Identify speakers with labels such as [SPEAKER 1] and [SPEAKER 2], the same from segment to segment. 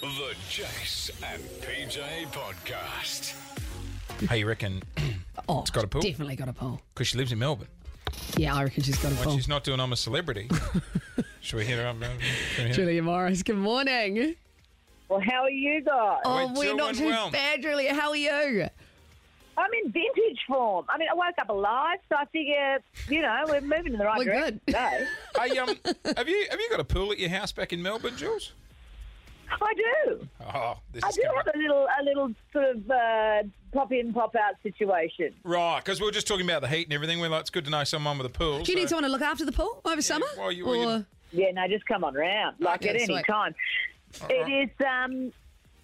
[SPEAKER 1] The Jace and PJ Podcast.
[SPEAKER 2] How you reckon?
[SPEAKER 3] Oh,
[SPEAKER 2] It's got a pool?
[SPEAKER 3] Definitely got a pool.
[SPEAKER 2] Because she lives in Melbourne.
[SPEAKER 3] Yeah, I reckon she's got a
[SPEAKER 2] When
[SPEAKER 3] pool.
[SPEAKER 2] she's not doing I'm a Celebrity, should we hit her up? uh, should we hit-
[SPEAKER 3] Julia Morris, good morning.
[SPEAKER 4] Well, how are you guys?
[SPEAKER 3] Oh,
[SPEAKER 2] We're
[SPEAKER 3] we're, not
[SPEAKER 2] doing
[SPEAKER 3] too
[SPEAKER 2] well.
[SPEAKER 3] bad, Julia. How are you?
[SPEAKER 4] I'm in vintage form. I mean, I woke up alive, so I figure, you know, we're moving in the right
[SPEAKER 3] We're
[SPEAKER 4] direction.
[SPEAKER 3] good.
[SPEAKER 4] today.
[SPEAKER 2] Hey, um, have you have you got a pool at your house back in Melbourne, Jules?
[SPEAKER 4] I do.
[SPEAKER 2] Oh, this
[SPEAKER 4] I
[SPEAKER 2] is
[SPEAKER 4] do
[SPEAKER 2] gonna-
[SPEAKER 4] have a little, a little sort of uh, pop in, pop out situation.
[SPEAKER 2] right. Because we were just talking about the heat and everything. We're like, it's good to know someone with a pool.
[SPEAKER 3] Do you need
[SPEAKER 2] so-
[SPEAKER 3] someone to look after the pool over summer?
[SPEAKER 2] well, you- well, you-
[SPEAKER 3] Or-
[SPEAKER 4] Yeah, no, just come on round, like
[SPEAKER 3] Okay,
[SPEAKER 4] at any
[SPEAKER 3] Oh, sweet. Uh-huh.
[SPEAKER 4] time. It is, um,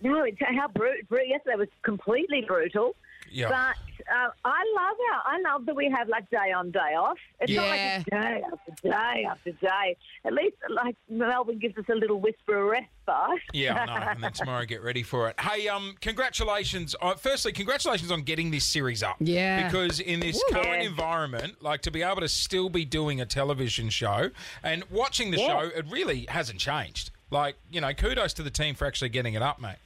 [SPEAKER 4] no, it's how brutal. Br- yesterday was completely brutal.
[SPEAKER 2] Yeah.
[SPEAKER 4] But uh, I love how I love that we have like day on day off. It's
[SPEAKER 3] Yeah.
[SPEAKER 4] not like it's day after day after day. At least like Melbourne gives us a little whisper of respite.
[SPEAKER 2] Yeah, I know. And then tomorrow, get ready for it. Hey, um, congratulations. Uh, firstly, congratulations on getting this series up.
[SPEAKER 3] Yeah.
[SPEAKER 2] Because in this current
[SPEAKER 4] Yeah.
[SPEAKER 2] environment, like to be able to still be doing a television show and watching the
[SPEAKER 4] Yeah.
[SPEAKER 2] show, it really hasn't changed. Like, you know, kudos to the team for actually getting it up, mate.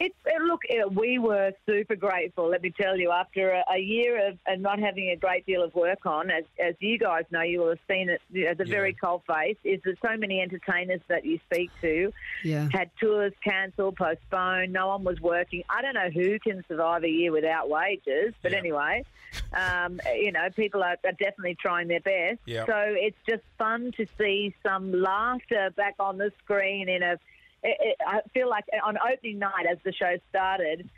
[SPEAKER 4] It, it, look, uh we were super grateful, let me tell you, after a, a year of and not having a great deal of work on, as, as you guys know, you will have seen it as a
[SPEAKER 2] Yeah.
[SPEAKER 4] very cold face, is that so many entertainers that you speak to
[SPEAKER 3] Yeah.
[SPEAKER 4] had tours cancelled, postponed, no one was working. I don't know who can survive a year without wages, but
[SPEAKER 2] Yeah.
[SPEAKER 4] anyway, um, you know, people are, are definitely trying their best.
[SPEAKER 2] Yeah.
[SPEAKER 4] So it's just fun to see some laughter back on the screen in a. It, it, I feel like on opening night, as the show started,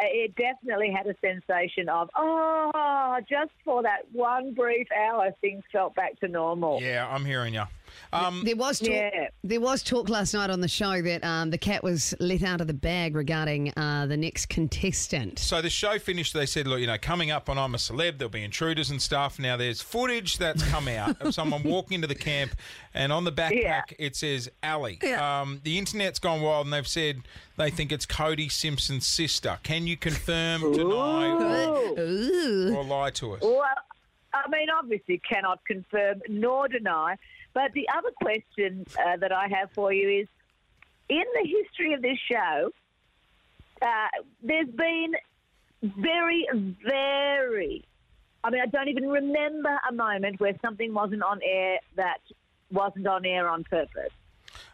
[SPEAKER 4] it definitely had a sensation of oh, just for that one brief hour, things felt back to normal.
[SPEAKER 2] Yeah, I'm hearing you. Um,
[SPEAKER 3] There was talk,
[SPEAKER 4] Yeah.
[SPEAKER 3] there was talk last night on the show that um, the cat was let out of the bag regarding uh, the next contestant.
[SPEAKER 2] so the show finished. They said, look, you know, coming up on I'm a Celeb, there'll be intruders and stuff. Now, there's footage that's come out of someone walking into the camp, and on the backpack,
[SPEAKER 4] Yeah.
[SPEAKER 2] it says Ali.
[SPEAKER 3] Yeah.
[SPEAKER 2] Um, the internet's gone wild, and they've said they think it's Cody Simpson's sister. Can you confirm, deny,
[SPEAKER 4] Ooh.
[SPEAKER 2] or,
[SPEAKER 3] Ooh.
[SPEAKER 2] or lie to us?
[SPEAKER 4] Well, I mean, obviously cannot confirm nor deny. But the other question uh, that I have for you is, in the history of this show, uh, there's been very, very. I mean, I don't even remember a moment where something wasn't on air that wasn't on air on purpose.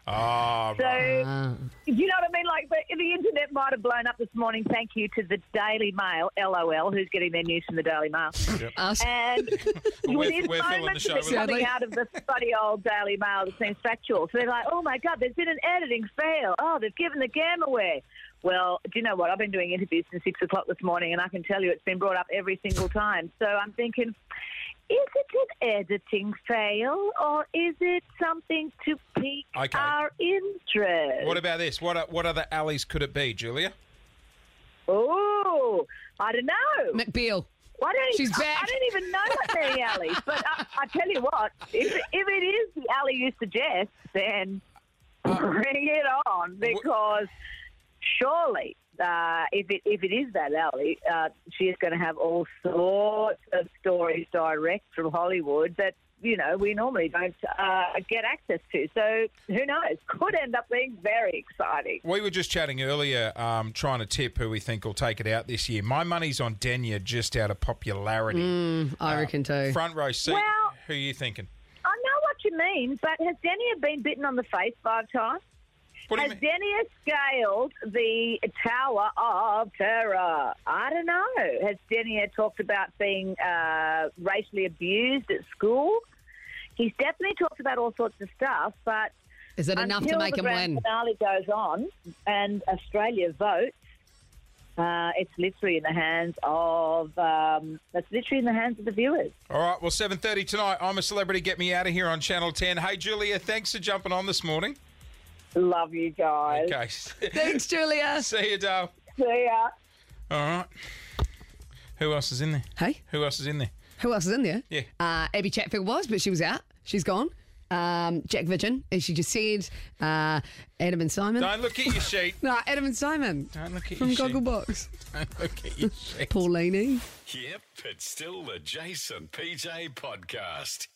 [SPEAKER 2] Ah,
[SPEAKER 4] So.
[SPEAKER 2] right.
[SPEAKER 3] Ah.
[SPEAKER 4] You know what I mean? Like the, the internet might have blown up this morning. Thank you to the Daily Mail, LOL, who's getting their news from the Daily Mail.
[SPEAKER 3] Us.
[SPEAKER 4] And
[SPEAKER 2] We're-
[SPEAKER 4] there's
[SPEAKER 2] we're
[SPEAKER 4] so
[SPEAKER 2] filling the
[SPEAKER 4] much
[SPEAKER 2] show
[SPEAKER 4] of
[SPEAKER 2] with-
[SPEAKER 4] it
[SPEAKER 3] Sadly.
[SPEAKER 4] coming out of the funny old Daily Mail that seems factual. So they're like, oh my God, there's been an editing fail. Oh, they've given the gam away. Well, do you know what? I've been doing interviews since six o'clock this morning, and I can tell you it's been brought up every single time. So I'm thinking, is it an editing fail or is it something to pique
[SPEAKER 2] Okay.
[SPEAKER 4] our interest?
[SPEAKER 2] What about this? What o- what other alleys could it be, Julia?
[SPEAKER 4] Oh, I don't know.
[SPEAKER 3] McBeal.
[SPEAKER 4] I don't,
[SPEAKER 3] She's
[SPEAKER 4] I-
[SPEAKER 3] back.
[SPEAKER 4] I don't even know what they're the alleys. But I, I tell you what, if, if it is the alley you suggest, then bring it on because surely. Uh, if it if it is that alley, uh, she is going to have all sorts of stories direct from Hollywood that you know we normally don't uh, get access to. So who knows? Could end up being very exciting.
[SPEAKER 2] We were just chatting earlier, um, trying to tip who we think will take it out this year. My money's on Denya just out of popularity.
[SPEAKER 3] Mm, I reckon too.
[SPEAKER 2] Front row seat.
[SPEAKER 4] Well-
[SPEAKER 2] who are you thinking?
[SPEAKER 4] I know what you mean, but has Denia been bitten on the face five times?
[SPEAKER 2] What do you
[SPEAKER 4] Has
[SPEAKER 2] mean?
[SPEAKER 4] Denia scaled the Tower of Terror? I don't know. Has Denia talked about being uh, racially abused at school? He's definitely talked about all sorts of stuff, but
[SPEAKER 3] Is it enough to
[SPEAKER 4] until
[SPEAKER 3] make
[SPEAKER 4] the
[SPEAKER 3] him
[SPEAKER 4] grand
[SPEAKER 3] win?
[SPEAKER 4] finale goes on and Australia votes, uh, it's literally in the hands of um, it's literally in the hands of the viewers.
[SPEAKER 2] All right, well, 7.30 tonight, I'm a Celebrity, Get Me Out of Here on Channel 10. Hey, Julia, thanks for jumping on this morning.
[SPEAKER 4] Love you guys.
[SPEAKER 2] Okay.
[SPEAKER 3] Thanks, Julia.
[SPEAKER 2] See you, Dale.
[SPEAKER 4] See ya.
[SPEAKER 2] All right. Who else is in there?
[SPEAKER 3] Hey,
[SPEAKER 2] Who else is in there?
[SPEAKER 3] who else is in there?
[SPEAKER 2] Yeah.
[SPEAKER 3] Uh, Abby Chatfield was, but she was out. She's gone. Um, Jack Vidgen, as she just said. Uh, Adam and Simon.
[SPEAKER 2] Don't look at your sheet.
[SPEAKER 3] No, Adam and Simon
[SPEAKER 2] Don't look at
[SPEAKER 3] from
[SPEAKER 2] your sheet.
[SPEAKER 3] Gogglebox. E.
[SPEAKER 2] Don't look at your sheet.
[SPEAKER 3] Paulini.
[SPEAKER 1] Yep, it's still the Jason PJ Podcast.